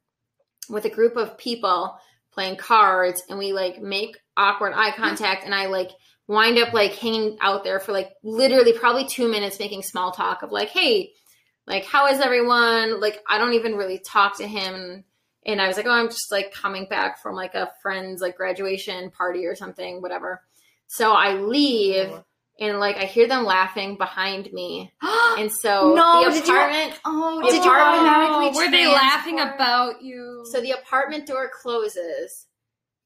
[SPEAKER 2] with a group of people playing cards and we like make awkward eye contact and I like wind up like hanging out there for like literally probably two minutes making small talk of like, hey, like how is everyone? Like I don't even really talk to him. And I was like, oh, I'm just like coming back from like a friend's like graduation party or something, whatever. So I leave and like I hear them laughing behind me. And so
[SPEAKER 1] No,
[SPEAKER 2] the
[SPEAKER 1] did you-
[SPEAKER 2] apartment
[SPEAKER 1] [laughs] oh,
[SPEAKER 2] [gasps] Did
[SPEAKER 1] did you Oh, [laughs]
[SPEAKER 2] you
[SPEAKER 1] automatically?
[SPEAKER 4] were they laughing
[SPEAKER 1] transport?
[SPEAKER 4] about you?
[SPEAKER 2] So the apartment door closes,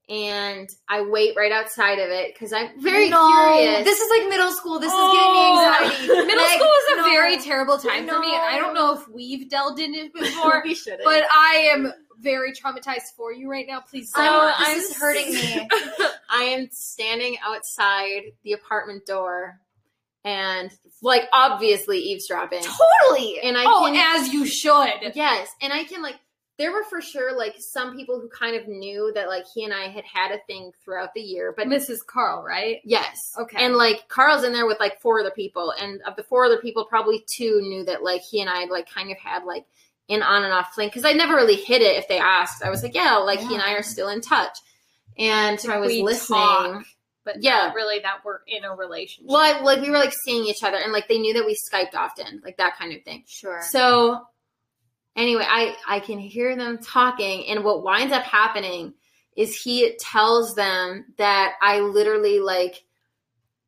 [SPEAKER 2] and I wait right outside of it because I'm very
[SPEAKER 1] no,
[SPEAKER 2] curious. [laughs]
[SPEAKER 1] This is like middle school. This
[SPEAKER 4] Oh.
[SPEAKER 1] is giving me anxiety.
[SPEAKER 4] Middle
[SPEAKER 1] Like,
[SPEAKER 4] school was a
[SPEAKER 1] no.
[SPEAKER 4] very terrible time for me, and I don't know if we've delved into it
[SPEAKER 1] [laughs]
[SPEAKER 4] before, but I am very traumatized for you right now. Please,
[SPEAKER 2] So
[SPEAKER 1] I'm,
[SPEAKER 2] I'm
[SPEAKER 1] this is hurting me.
[SPEAKER 2] I am standing outside the apartment door, and like obviously eavesdropping,
[SPEAKER 1] totally.
[SPEAKER 2] and I
[SPEAKER 4] oh,
[SPEAKER 2] can
[SPEAKER 4] as you should.
[SPEAKER 2] Yes, and I can like there were for sure like some people who kind of knew that like he and I had had a thing throughout the year, but
[SPEAKER 4] Mrs. Carl, right?
[SPEAKER 2] Yes.
[SPEAKER 4] Okay.
[SPEAKER 2] And like Carl's in there with like four other people, and of the four other people, probably two knew that like he and I like kind of had like an on and off fling because I never really hid it if they asked. I was like, yeah, like he and I are still in touch, and I was
[SPEAKER 4] We
[SPEAKER 2] listening.
[SPEAKER 4] talk, but yeah,
[SPEAKER 2] Yeah.
[SPEAKER 4] not really that we're in a relationship.
[SPEAKER 2] Well, I, like we were like seeing each other, and like they knew that we skyped often, like that kind of thing.
[SPEAKER 1] Sure.
[SPEAKER 2] So anyway, I I can hear them talking and what winds up happening is he tells them that I literally like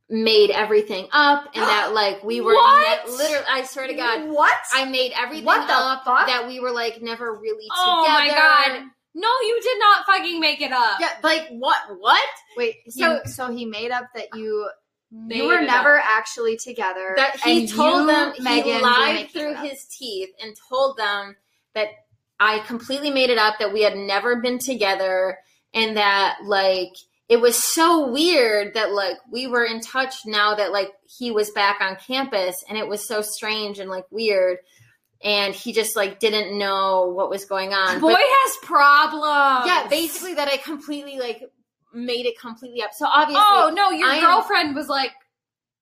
[SPEAKER 2] made everything up and that like we were
[SPEAKER 4] What?
[SPEAKER 2] literally I swear to god
[SPEAKER 1] What?
[SPEAKER 2] I made everything
[SPEAKER 1] What the
[SPEAKER 2] up
[SPEAKER 1] fuck?
[SPEAKER 2] that we were like never really
[SPEAKER 4] oh my
[SPEAKER 2] together.
[SPEAKER 4] god! No, you did not fucking make it up.
[SPEAKER 2] Yeah, like what what?
[SPEAKER 1] Wait. So,
[SPEAKER 2] So-
[SPEAKER 1] so he made up that you
[SPEAKER 4] Made
[SPEAKER 1] you were
[SPEAKER 4] it
[SPEAKER 1] never actually together.
[SPEAKER 2] That he
[SPEAKER 1] and
[SPEAKER 2] told
[SPEAKER 1] you,
[SPEAKER 2] them
[SPEAKER 1] Megan,
[SPEAKER 2] he
[SPEAKER 1] were
[SPEAKER 2] lied
[SPEAKER 1] making
[SPEAKER 2] through
[SPEAKER 1] it up.
[SPEAKER 2] his teeth and told them that I completely made it up that we had never been together and that like it was so weird that like we were in touch now that like he was back on campus and it was so strange and like weird and he just like didn't know what was going on.
[SPEAKER 4] up. Boy has problems.
[SPEAKER 1] um,
[SPEAKER 2] but, yeah, basically that I completely like made it completely up. So obviously
[SPEAKER 4] Oh no, your
[SPEAKER 2] I am-
[SPEAKER 4] girlfriend was like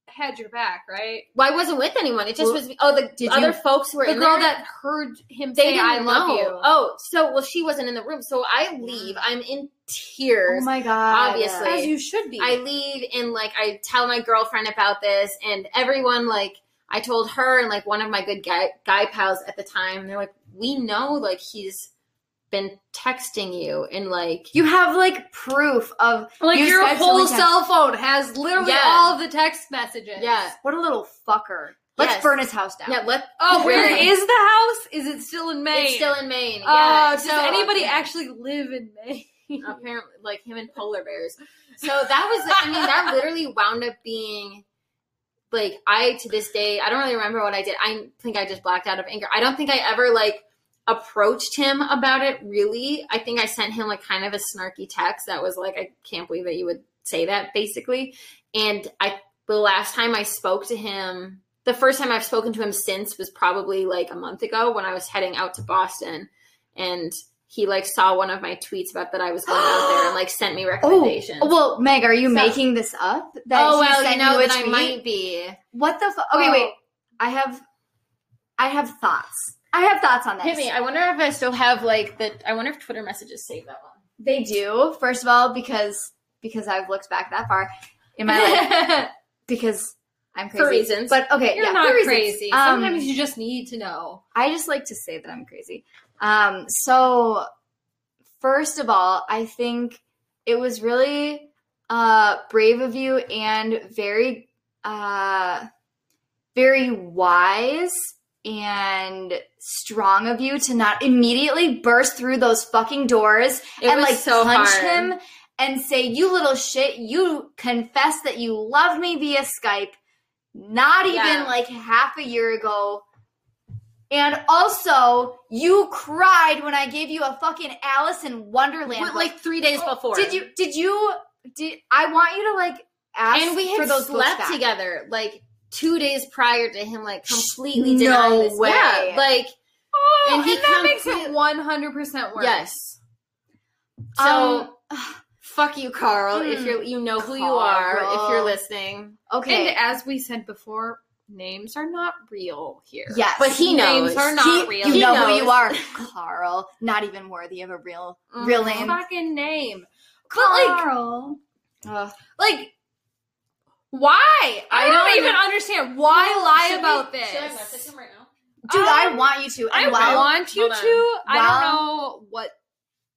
[SPEAKER 4] had your back, right?
[SPEAKER 2] well, I wasn't with anyone. It just
[SPEAKER 1] Well,
[SPEAKER 2] was oh the
[SPEAKER 1] did
[SPEAKER 2] other
[SPEAKER 1] you-
[SPEAKER 2] folks who were
[SPEAKER 4] The
[SPEAKER 2] in
[SPEAKER 4] girl
[SPEAKER 2] there-
[SPEAKER 4] that heard him
[SPEAKER 2] they
[SPEAKER 4] say
[SPEAKER 2] didn't
[SPEAKER 4] "I love
[SPEAKER 2] know.
[SPEAKER 4] you."
[SPEAKER 2] Oh, so well, she wasn't in the room, so I leave. I'm in
[SPEAKER 1] Oh
[SPEAKER 2] tears.
[SPEAKER 1] my god.
[SPEAKER 2] Obviously.
[SPEAKER 4] as you should be.
[SPEAKER 2] I leave and like I tell my girlfriend about this, and everyone like I told her and like one of my good guy guy pals at the time. and They're like, we know like he's been texting you and like
[SPEAKER 1] You have like proof of
[SPEAKER 4] like
[SPEAKER 1] You
[SPEAKER 4] your
[SPEAKER 1] said
[SPEAKER 4] whole
[SPEAKER 1] something-
[SPEAKER 4] cell phone has literally
[SPEAKER 2] Yeah.
[SPEAKER 4] all of the text messages.
[SPEAKER 2] yeah
[SPEAKER 1] what a little fucker. Let's
[SPEAKER 2] Yes.
[SPEAKER 1] burn his house down.
[SPEAKER 2] yeah let
[SPEAKER 4] Oh, where
[SPEAKER 2] Really?
[SPEAKER 4] is the house? Is it still in Maine?
[SPEAKER 2] it's still in Maine.
[SPEAKER 3] Uh,
[SPEAKER 4] Oh,
[SPEAKER 2] yeah.
[SPEAKER 4] does
[SPEAKER 2] So-
[SPEAKER 4] anybody actually live in Maine?
[SPEAKER 2] apparently like him and polar bears so that was i mean that literally wound up being like i to this day i don't really remember what i did i think i just blacked out of anger i don't think i ever like approached him about it really i think i sent him like kind of a snarky text that was like i can't believe that you would say that basically and i the last time i spoke to him the first time i've spoken to him since was probably like a month ago when i was heading out to boston and he like saw one of my tweets about that I was going out there and like sent me recommendations.
[SPEAKER 1] [gasps] Oh, well, Meg, are you
[SPEAKER 2] So-
[SPEAKER 1] making this up? That
[SPEAKER 2] Oh,
[SPEAKER 1] he
[SPEAKER 2] well,
[SPEAKER 1] sent
[SPEAKER 2] you know
[SPEAKER 1] a
[SPEAKER 2] that I
[SPEAKER 1] tweet?
[SPEAKER 2] might be.
[SPEAKER 1] What the fuck? Okay,
[SPEAKER 4] Oh.
[SPEAKER 1] wait. I have, I have thoughts. I have thoughts on this.
[SPEAKER 2] Hit me. I wonder if I still have like the. I wonder if Twitter messages save that one.
[SPEAKER 1] They do.
[SPEAKER 2] [laughs]
[SPEAKER 1] First of all, because because I've looked back that far in my life, because I'm
[SPEAKER 2] for
[SPEAKER 1] crazy.
[SPEAKER 2] reasons.
[SPEAKER 1] But okay,
[SPEAKER 3] You're
[SPEAKER 1] yeah,
[SPEAKER 3] not
[SPEAKER 1] for reasons.
[SPEAKER 3] crazy.
[SPEAKER 1] Um,
[SPEAKER 3] Sometimes you just need to know.
[SPEAKER 1] I just like to say that I'm crazy. Um, so first of all, I think it was really uh brave of you and very uh very wise and strong of you to not immediately burst through those fucking doors
[SPEAKER 2] it
[SPEAKER 1] and
[SPEAKER 2] was
[SPEAKER 1] like
[SPEAKER 2] so
[SPEAKER 1] punch
[SPEAKER 2] hard.
[SPEAKER 1] him and say, "You little shit, you confess that you love me via Skype, not even
[SPEAKER 2] Yeah.
[SPEAKER 1] like half a year ago." And also, you cried when I gave you a fucking Alice in Wonderland.
[SPEAKER 2] Went,
[SPEAKER 1] book.
[SPEAKER 2] like three days before.
[SPEAKER 1] did you? Did you? Did I want you to like ask
[SPEAKER 2] And we had
[SPEAKER 1] for those books
[SPEAKER 2] slept
[SPEAKER 1] back.
[SPEAKER 2] together like two days prior to him like completely
[SPEAKER 1] No
[SPEAKER 2] denying this.
[SPEAKER 1] way.
[SPEAKER 2] Yeah, like
[SPEAKER 3] Oh, [laughs]
[SPEAKER 2] And he
[SPEAKER 3] that makes
[SPEAKER 2] complete-
[SPEAKER 3] it 100% worse.
[SPEAKER 2] yes. So
[SPEAKER 1] Um,
[SPEAKER 2] fuck you, Carl. If
[SPEAKER 1] Mm.
[SPEAKER 2] you're you know who you
[SPEAKER 1] Carl.
[SPEAKER 2] are, if you're listening.
[SPEAKER 1] okay.
[SPEAKER 3] And as we said before, names are not real here.
[SPEAKER 1] yes,
[SPEAKER 2] But he knows.
[SPEAKER 3] Names are not
[SPEAKER 1] He-
[SPEAKER 3] real.
[SPEAKER 1] You
[SPEAKER 2] He
[SPEAKER 1] know who
[SPEAKER 2] knows.
[SPEAKER 1] you are, Carl. Not even worthy of a real,
[SPEAKER 2] Mhm.
[SPEAKER 1] real name.
[SPEAKER 3] Fucking name.
[SPEAKER 1] Carl.
[SPEAKER 3] Like, why? I,
[SPEAKER 1] I
[SPEAKER 3] don't,
[SPEAKER 1] don't
[SPEAKER 3] even understand. Why lie
[SPEAKER 2] Should we-
[SPEAKER 3] about
[SPEAKER 2] should I message
[SPEAKER 3] this?
[SPEAKER 2] him right now?
[SPEAKER 1] Dude, I
[SPEAKER 3] Um,
[SPEAKER 1] want you to.
[SPEAKER 3] I
[SPEAKER 1] And while-
[SPEAKER 3] want you
[SPEAKER 2] Hold on.
[SPEAKER 3] to. I
[SPEAKER 1] While-
[SPEAKER 3] don't know what.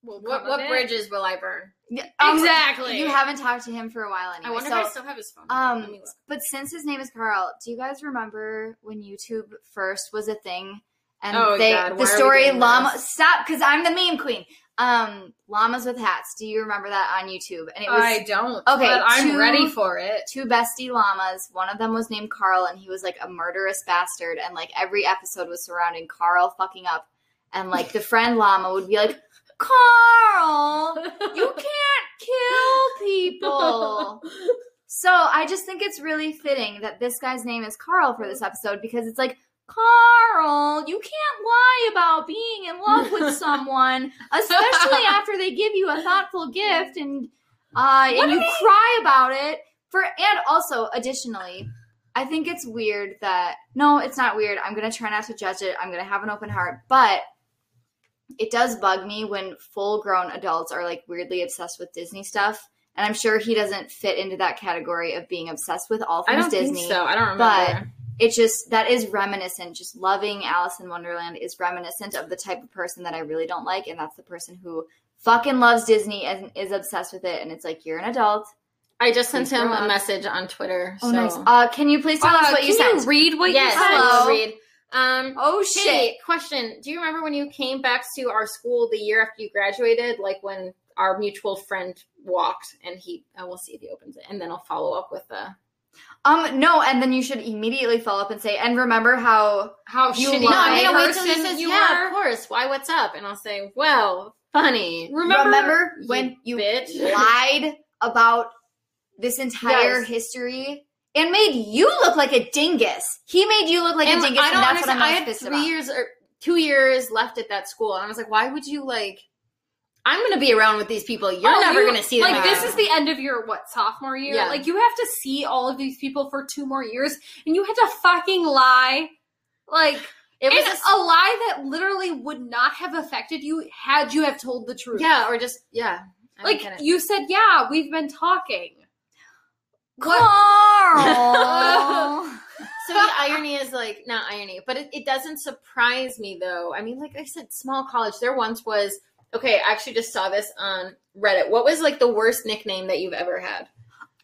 [SPEAKER 2] What what bridges will I burn?
[SPEAKER 1] Yeah, um,
[SPEAKER 3] Exactly.
[SPEAKER 1] You haven't talked to him for a while anyway.
[SPEAKER 2] I wonder
[SPEAKER 1] so,
[SPEAKER 2] if I still have his phone. Let me
[SPEAKER 1] um,
[SPEAKER 2] look.
[SPEAKER 1] but since his name is Carl, do you guys remember when YouTube first was a thing? And
[SPEAKER 2] Oh,
[SPEAKER 1] they
[SPEAKER 2] God, why
[SPEAKER 1] the
[SPEAKER 2] are we
[SPEAKER 1] story
[SPEAKER 2] doing
[SPEAKER 1] llama
[SPEAKER 2] this?
[SPEAKER 1] stop because I'm the meme queen. Um, llamas with hats. Do you remember that on YouTube? And it was
[SPEAKER 3] I don't.
[SPEAKER 1] Okay,
[SPEAKER 3] but I'm
[SPEAKER 1] two-
[SPEAKER 3] ready for it.
[SPEAKER 1] two bestie llamas. One of them was named Carl, and he was like a murderous bastard. And like every episode was surrounding Carl fucking up. And like the friend llama would be like, Carl, you can't kill people. So I just think it's really fitting that this guy's name is Carl for this episode because it's like, Carl, you can't lie about being in love with someone, especially after they give you a thoughtful gift and uh, and you cry about it. For and also additionally, I think it's weird that no, it's not weird. I'm gonna try not to judge it. I'm gonna have an open heart, but it does bug me when full grown adults are like weirdly obsessed with Disney stuff. And I'm sure he doesn't fit into that category of being obsessed with all
[SPEAKER 2] I
[SPEAKER 1] things
[SPEAKER 2] don't
[SPEAKER 1] Disney
[SPEAKER 2] think so. I don't remember.
[SPEAKER 1] but- it just that is reminiscent just loving alice in wonderland is reminiscent of the type of person that i really don't like and that's the person who fucking loves disney and is obsessed with it and it's like you're an adult
[SPEAKER 2] I just sent
[SPEAKER 1] Please
[SPEAKER 2] him
[SPEAKER 1] grow
[SPEAKER 2] a
[SPEAKER 1] up.
[SPEAKER 2] message on Twitter.
[SPEAKER 1] oh
[SPEAKER 2] so.
[SPEAKER 1] nice uh can you please tell us
[SPEAKER 3] Uh,
[SPEAKER 1] what you
[SPEAKER 3] can
[SPEAKER 1] sent
[SPEAKER 3] you read what
[SPEAKER 2] yes,
[SPEAKER 3] you said?
[SPEAKER 2] I will
[SPEAKER 1] Hello.
[SPEAKER 2] read. Um,
[SPEAKER 1] oh shit
[SPEAKER 2] hey, question. Do you remember when you came back to our school the year after you graduated? Like when our mutual friend walked, and he, I will see if he opens it, and then I'll follow up with the.
[SPEAKER 1] um no and then you should immediately follow up and say and remember how
[SPEAKER 3] How
[SPEAKER 1] You
[SPEAKER 3] shitty
[SPEAKER 1] lie.
[SPEAKER 3] of
[SPEAKER 1] No, I'm gonna
[SPEAKER 3] a
[SPEAKER 1] wait
[SPEAKER 3] Oh person you
[SPEAKER 2] yeah,
[SPEAKER 3] were.
[SPEAKER 2] of course. Why? What's up? And I'll say, well, funny.
[SPEAKER 3] Remember,
[SPEAKER 1] remember
[SPEAKER 2] you
[SPEAKER 1] when you
[SPEAKER 2] bitch. [laughs]
[SPEAKER 1] lied about this entire
[SPEAKER 2] Yes.
[SPEAKER 1] history and made you look like a dingus he made you look like
[SPEAKER 2] and
[SPEAKER 1] a dingus
[SPEAKER 2] I don't
[SPEAKER 1] and that's
[SPEAKER 2] understand.
[SPEAKER 1] what
[SPEAKER 2] I
[SPEAKER 1] i'm most
[SPEAKER 2] had
[SPEAKER 1] pissed
[SPEAKER 2] three
[SPEAKER 1] about
[SPEAKER 2] years or two years left at that school, and I was like, why would you like? I'm gonna be around with these people. You're
[SPEAKER 3] Oh,
[SPEAKER 2] never
[SPEAKER 3] you-
[SPEAKER 2] gonna see them.
[SPEAKER 3] Like this
[SPEAKER 2] again.
[SPEAKER 3] is the end of your what sophomore year.
[SPEAKER 2] Yeah.
[SPEAKER 3] Like you have to see all of these people for two more years, and you had to fucking lie, like
[SPEAKER 2] it was
[SPEAKER 3] and oh
[SPEAKER 2] a-
[SPEAKER 3] a lie that literally would not have affected you had you have told the truth.
[SPEAKER 2] yeah, or just yeah. I don't
[SPEAKER 3] like
[SPEAKER 2] get it.
[SPEAKER 3] you said, yeah, we've been talking.
[SPEAKER 1] Carl. [laughs]
[SPEAKER 2] So the irony is like not irony, but it, it doesn't surprise me though. I mean, like I said, small college. There once was okay. I actually just saw this on Reddit. What was like the worst nickname that you've ever had?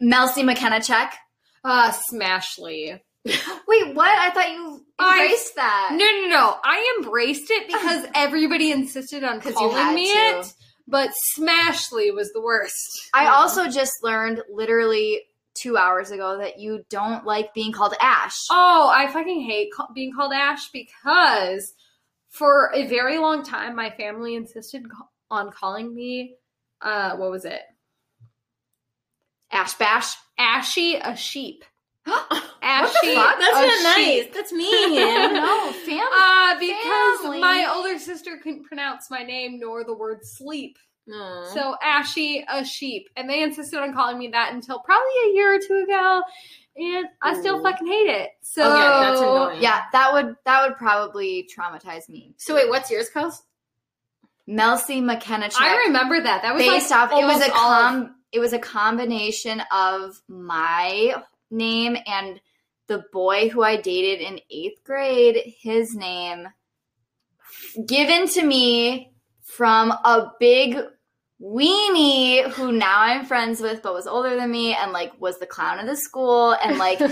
[SPEAKER 1] Mel C. McKenna check.
[SPEAKER 3] Uh, Smashly.
[SPEAKER 1] Wait, what? I thought you
[SPEAKER 3] I-
[SPEAKER 1] erased that.
[SPEAKER 3] No, no, no. I embraced
[SPEAKER 1] [sighs]
[SPEAKER 3] it because everybody insisted on
[SPEAKER 1] 'Cause you
[SPEAKER 3] calling
[SPEAKER 1] had
[SPEAKER 3] me
[SPEAKER 1] to.
[SPEAKER 3] it, but Smashly was the worst.
[SPEAKER 1] I also just learned literally two hours ago that you don't like being called Ash.
[SPEAKER 3] Oh, I fucking hate ca- being called Ash because for a very long time my family insisted ca- on calling me uh what was it?
[SPEAKER 1] Ash Bash.
[SPEAKER 3] Ashy a sheep.
[SPEAKER 1] What the
[SPEAKER 3] Ashy
[SPEAKER 1] fuck? Oh,
[SPEAKER 2] That's
[SPEAKER 3] a
[SPEAKER 2] not
[SPEAKER 3] sheep.
[SPEAKER 2] nice. That's
[SPEAKER 1] [laughs]
[SPEAKER 2] mean.
[SPEAKER 1] no, fam.
[SPEAKER 3] Uh, because
[SPEAKER 1] Family.
[SPEAKER 3] my older sister couldn't pronounce my name nor the word sleep.
[SPEAKER 2] No.
[SPEAKER 3] So Ashy a sheep. And they insisted on calling me that until probably a year or two ago. And I still
[SPEAKER 2] Ooh.
[SPEAKER 3] fucking hate it. So
[SPEAKER 2] Okay, that's annoying.
[SPEAKER 1] yeah, that would that would probably traumatize me.
[SPEAKER 2] So wait, what's yours, Kels?
[SPEAKER 1] Mel C. McKenna check.
[SPEAKER 3] I remember that. That was
[SPEAKER 1] based
[SPEAKER 3] like
[SPEAKER 1] off it was
[SPEAKER 3] almost
[SPEAKER 1] a
[SPEAKER 3] all of
[SPEAKER 1] com it was a combination of my name and the boy who I dated in eighth grade, his name, given to me from a big weenie who now I'm friends with, but was older than me and like was the clown of the school and like.
[SPEAKER 2] [laughs]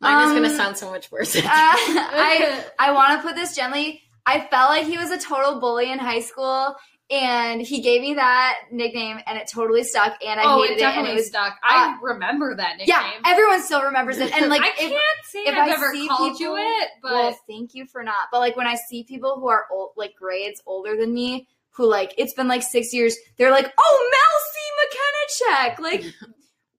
[SPEAKER 2] Mine is going to
[SPEAKER 1] um,
[SPEAKER 2] sound so much worse.
[SPEAKER 1] uh, I I want to put this gently. I felt like he was a total bully in high school, and he gave me that nickname, and it totally stuck. And I
[SPEAKER 3] oh,
[SPEAKER 1] hated it,
[SPEAKER 3] it
[SPEAKER 1] and
[SPEAKER 3] definitely
[SPEAKER 1] it was uh,
[SPEAKER 3] stuck. I remember that nickname.
[SPEAKER 1] yeah. Everyone still remembers it, and like
[SPEAKER 3] I
[SPEAKER 1] if-
[SPEAKER 3] can't say
[SPEAKER 1] if
[SPEAKER 3] I've
[SPEAKER 1] I
[SPEAKER 3] ever
[SPEAKER 1] see
[SPEAKER 3] called
[SPEAKER 1] people-
[SPEAKER 3] you it, but
[SPEAKER 1] well, thank you for not. But like when I see people who are old, like grades older than me, who like it's been like six years, they're like, "Oh, Mel C. McKenna check." Like,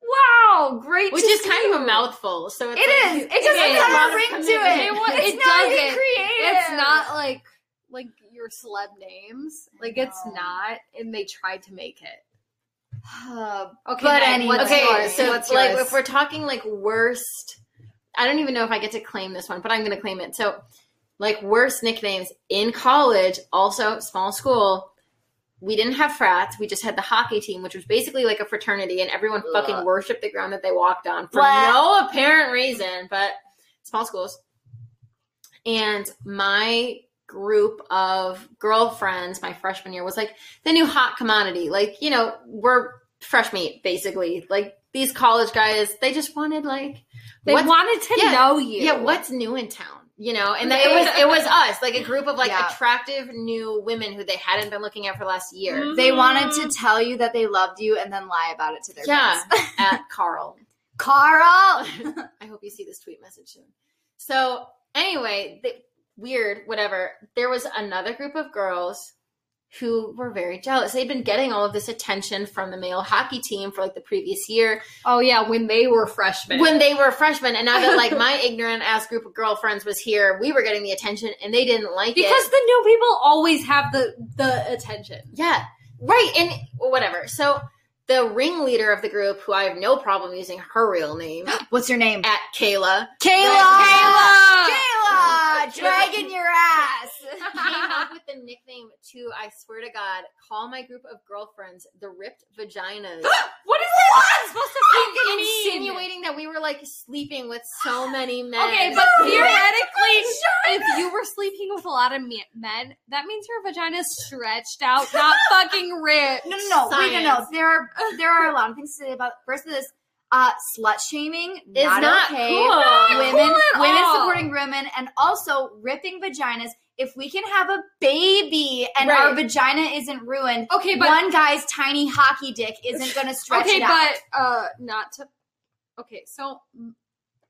[SPEAKER 1] wow, great.
[SPEAKER 2] [laughs] Which
[SPEAKER 1] to
[SPEAKER 2] is
[SPEAKER 1] see
[SPEAKER 2] kind of
[SPEAKER 1] you.
[SPEAKER 2] a mouthful. So it's
[SPEAKER 1] It
[SPEAKER 2] like-
[SPEAKER 1] is. It doesn't
[SPEAKER 2] is.
[SPEAKER 1] have a
[SPEAKER 2] It's
[SPEAKER 1] ring
[SPEAKER 2] kind
[SPEAKER 1] to
[SPEAKER 2] of-
[SPEAKER 1] it.
[SPEAKER 4] It wa-
[SPEAKER 1] it's
[SPEAKER 4] it
[SPEAKER 1] not even
[SPEAKER 4] doesn't.
[SPEAKER 1] creative.
[SPEAKER 4] it's not like like your celeb names. Like it's
[SPEAKER 1] know.
[SPEAKER 4] not, and they tried to make it.
[SPEAKER 1] Uh,
[SPEAKER 4] Okay,
[SPEAKER 1] [sighs] But
[SPEAKER 4] Meg,
[SPEAKER 1] anyway.
[SPEAKER 4] what's
[SPEAKER 2] okay,
[SPEAKER 4] yours?
[SPEAKER 2] so
[SPEAKER 4] what's
[SPEAKER 2] like
[SPEAKER 4] yours?
[SPEAKER 2] if we're talking like worst, I don't even know if I get to claim this one, but I'm going to claim it. So, like worst nicknames in college, also small school. We didn't have frats. We just had the hockey team, which was basically like a fraternity, and everyone fucking
[SPEAKER 1] Ugh.
[SPEAKER 2] worshipped the ground that they walked on for
[SPEAKER 1] What?
[SPEAKER 2] no apparent reason. But small schools, and my group of girlfriends my freshman year was like the new hot commodity. Like, you know, we're fresh meat, basically. Like these college guys, they just wanted like
[SPEAKER 3] they
[SPEAKER 2] what's-
[SPEAKER 3] wanted to
[SPEAKER 2] yeah,
[SPEAKER 3] know you.
[SPEAKER 2] yeah, what's new in town? You know, and that it was it was us, like a group of like
[SPEAKER 1] Yeah.
[SPEAKER 2] attractive new women who they hadn't been looking at for the last year
[SPEAKER 3] Mhm.
[SPEAKER 1] They wanted to tell you that they loved you and then lie about it to their
[SPEAKER 2] Yeah.
[SPEAKER 1] friends.
[SPEAKER 2] at Carl.
[SPEAKER 1] Carl.
[SPEAKER 2] I hope you see this tweet message soon. So anyway, th- weird, whatever. There was another group of girls who were very jealous. They'd been getting all of this attention from the male hockey team for like the previous year.
[SPEAKER 3] Oh yeah, when they were freshmen.
[SPEAKER 2] when they were freshmen, and now that
[SPEAKER 3] [laughs]
[SPEAKER 2] like my ignorant ass group of girlfriends was here, we were getting the attention, and they didn't like it
[SPEAKER 3] because the new people always have the the attention.
[SPEAKER 2] yeah, right, and well, whatever. So the ringleader of the group, who I have no problem using her real
[SPEAKER 3] [gasps]
[SPEAKER 2] name,
[SPEAKER 1] What's your name?
[SPEAKER 2] at Kayla,
[SPEAKER 1] Kayla. Kayla, dragging your ass.
[SPEAKER 2] came up
[SPEAKER 3] [laughs]
[SPEAKER 2] with the nickname to I swear to God, call my group of girlfriends the ripped vaginas.
[SPEAKER 3] [gasps] What is that supposed to fucking mean?
[SPEAKER 2] Insinuating that we were like sleeping with so many
[SPEAKER 3] [gasps]
[SPEAKER 2] men.
[SPEAKER 3] Okay, but theoretically, if you were sleeping with a lot of me- men, that means your vagina's stretched out, [laughs] not fucking ripped.
[SPEAKER 1] No, no, no. Wait, no, no.
[SPEAKER 2] Science.
[SPEAKER 1] There are there are a lot of things to say about. First, this uh, slut shaming
[SPEAKER 2] it's not,
[SPEAKER 1] okay.
[SPEAKER 2] cool.
[SPEAKER 1] women,
[SPEAKER 3] at
[SPEAKER 1] women
[SPEAKER 3] all.
[SPEAKER 1] supporting women, and also ripping vaginas. If we can have a baby and
[SPEAKER 2] Right.
[SPEAKER 1] our vagina isn't ruined,
[SPEAKER 3] Okay, but
[SPEAKER 1] one guy's tiny hockey dick isn't going to stretch
[SPEAKER 3] okay,
[SPEAKER 1] it out.
[SPEAKER 3] but uh, not to. Okay, so mm,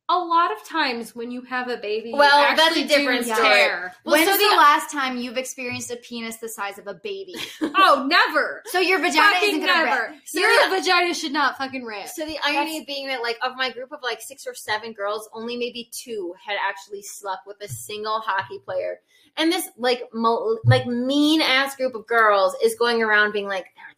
[SPEAKER 3] a lot of times when you have a baby, you
[SPEAKER 2] Well, that's
[SPEAKER 3] actually
[SPEAKER 2] a different
[SPEAKER 3] do
[SPEAKER 1] story.
[SPEAKER 3] tear.
[SPEAKER 2] Well,
[SPEAKER 1] When's
[SPEAKER 2] so
[SPEAKER 1] the
[SPEAKER 2] the-
[SPEAKER 1] last time you've experienced a penis the size of a baby?
[SPEAKER 3] Oh, never. [laughs]
[SPEAKER 1] So your vagina isn't
[SPEAKER 3] fucking
[SPEAKER 1] going to
[SPEAKER 3] never.
[SPEAKER 1] rip.
[SPEAKER 2] So
[SPEAKER 3] Your vagina should not fucking
[SPEAKER 2] [laughs]
[SPEAKER 3] rip.
[SPEAKER 2] So the irony being that like of my group of like six or seven girls, only maybe two had actually slept with a single hockey player, and this like mo- like mean ass group of girls is going around being like they're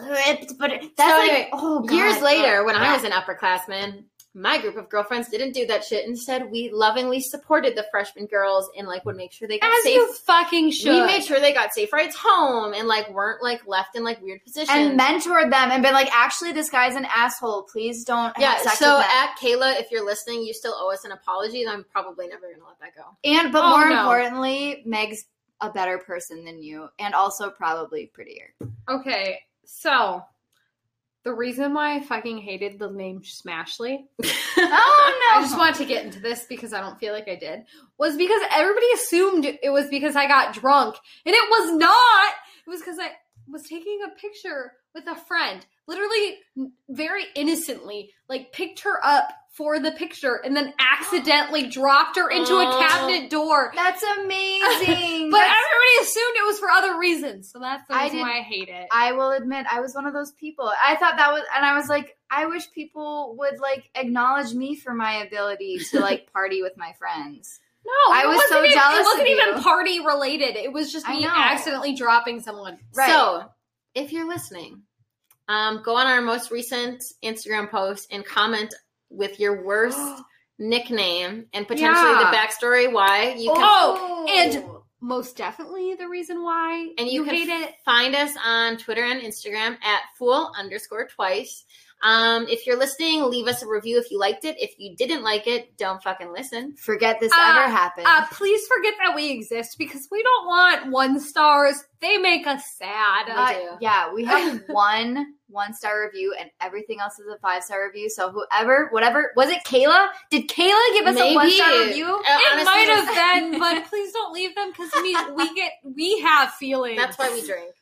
[SPEAKER 2] the ripped vaginas.
[SPEAKER 1] Ripped, but it- that's
[SPEAKER 2] So
[SPEAKER 1] like
[SPEAKER 2] anyway,
[SPEAKER 1] oh, God.
[SPEAKER 2] Years later, when
[SPEAKER 1] Yeah.
[SPEAKER 2] I was an upperclassman, my group of girlfriends didn't do that shit. Instead, we lovingly supported the freshman girls and like would make sure they got
[SPEAKER 3] As
[SPEAKER 2] safe.
[SPEAKER 3] you fucking should.
[SPEAKER 2] we made sure they got safe rides home and like weren't like left in like weird positions.
[SPEAKER 1] and mentored them and been like, actually, this guy's an asshole. Please don't
[SPEAKER 2] Yeah,
[SPEAKER 1] have sex
[SPEAKER 2] so
[SPEAKER 1] with him.
[SPEAKER 2] at Kayla, if you're listening, you still owe us an apology, and I'm probably never gonna let that go.
[SPEAKER 1] And but
[SPEAKER 3] Oh,
[SPEAKER 1] more
[SPEAKER 3] no.
[SPEAKER 1] importantly, Meg's a better person than you, and also probably prettier.
[SPEAKER 3] Okay, so the reason why I fucking hated the name Smashly,
[SPEAKER 1] Oh
[SPEAKER 3] I just want to get into this because I don't feel like I did, was because everybody assumed it was because I got drunk, and it was not. It was because I was taking a picture with a friend, literally very innocently, like picked her up for the picture and then accidentally dropped her into
[SPEAKER 2] Oh.
[SPEAKER 3] a cabinet door.
[SPEAKER 1] That's amazing.
[SPEAKER 3] [laughs] But
[SPEAKER 1] That's-
[SPEAKER 3] everybody assumed it was for other reasons, so that's the
[SPEAKER 1] I
[SPEAKER 3] reason
[SPEAKER 1] did-
[SPEAKER 3] why I hate it.
[SPEAKER 1] I will admit, I was one of those people. I thought that was, and I was like, I wish people would like acknowledge me for my ability to like [laughs] party with my friends.
[SPEAKER 3] No,
[SPEAKER 1] I
[SPEAKER 3] it
[SPEAKER 1] was so
[SPEAKER 3] wasn't even-
[SPEAKER 1] jealous
[SPEAKER 3] It wasn't
[SPEAKER 1] of
[SPEAKER 3] even
[SPEAKER 1] you.
[SPEAKER 3] party related. It was just
[SPEAKER 1] I
[SPEAKER 3] me
[SPEAKER 1] know.
[SPEAKER 3] accidentally dropping someone.
[SPEAKER 1] Right.
[SPEAKER 2] So, if you're listening, um, go on our most recent Instagram post and comment with your
[SPEAKER 1] [gasps]
[SPEAKER 2] worst nickname and potentially
[SPEAKER 3] Yeah.
[SPEAKER 2] the backstory why
[SPEAKER 3] [gasps]
[SPEAKER 2] you can.
[SPEAKER 3] Oh, and- Most definitely the reason why
[SPEAKER 2] And you,
[SPEAKER 3] hate
[SPEAKER 2] can
[SPEAKER 3] it.
[SPEAKER 2] find us on Twitter and Instagram at fool underscore twice. Um, if you're listening, leave us a review if you liked it. If you didn't like it, don't fucking listen.
[SPEAKER 1] Forget this
[SPEAKER 3] Uh,
[SPEAKER 1] ever happened.
[SPEAKER 3] Uh, please forget that we exist because we don't want one stars. They make us sad.
[SPEAKER 2] Uh,
[SPEAKER 1] Uh,
[SPEAKER 2] do.
[SPEAKER 1] yeah, we have one one star review and everything else is a five star review. So whoever, whatever, was it Kayla? Did Kayla give us a
[SPEAKER 2] Maybe.
[SPEAKER 1] one star review?
[SPEAKER 2] Uh,
[SPEAKER 3] it
[SPEAKER 2] honestly,
[SPEAKER 3] might
[SPEAKER 1] [laughs]
[SPEAKER 3] have been, but please don't leave them because we we get we have feelings.
[SPEAKER 2] That's why we drink.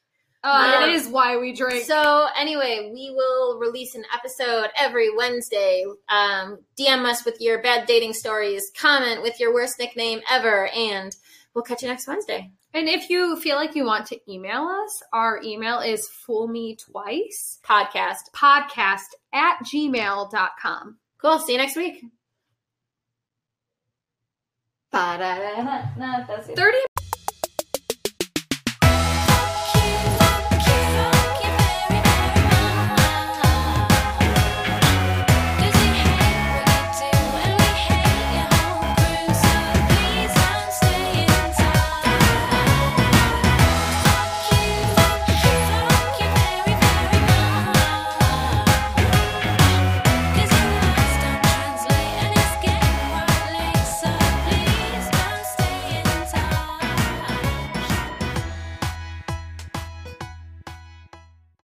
[SPEAKER 3] Uh,
[SPEAKER 2] Um,
[SPEAKER 3] it is why we drink.
[SPEAKER 2] So anyway, we will release an episode every Wednesday. Um, DM us with your bad dating stories, comment with your worst nickname ever, and we'll catch you next Wednesday.
[SPEAKER 3] and if you feel like you want to email us, our email is fool me twice
[SPEAKER 2] Podcast.
[SPEAKER 3] podcast at gmail.com.
[SPEAKER 2] Cool. See you next week.
[SPEAKER 1] Ba-da-da-da-da. That's it.
[SPEAKER 3] 30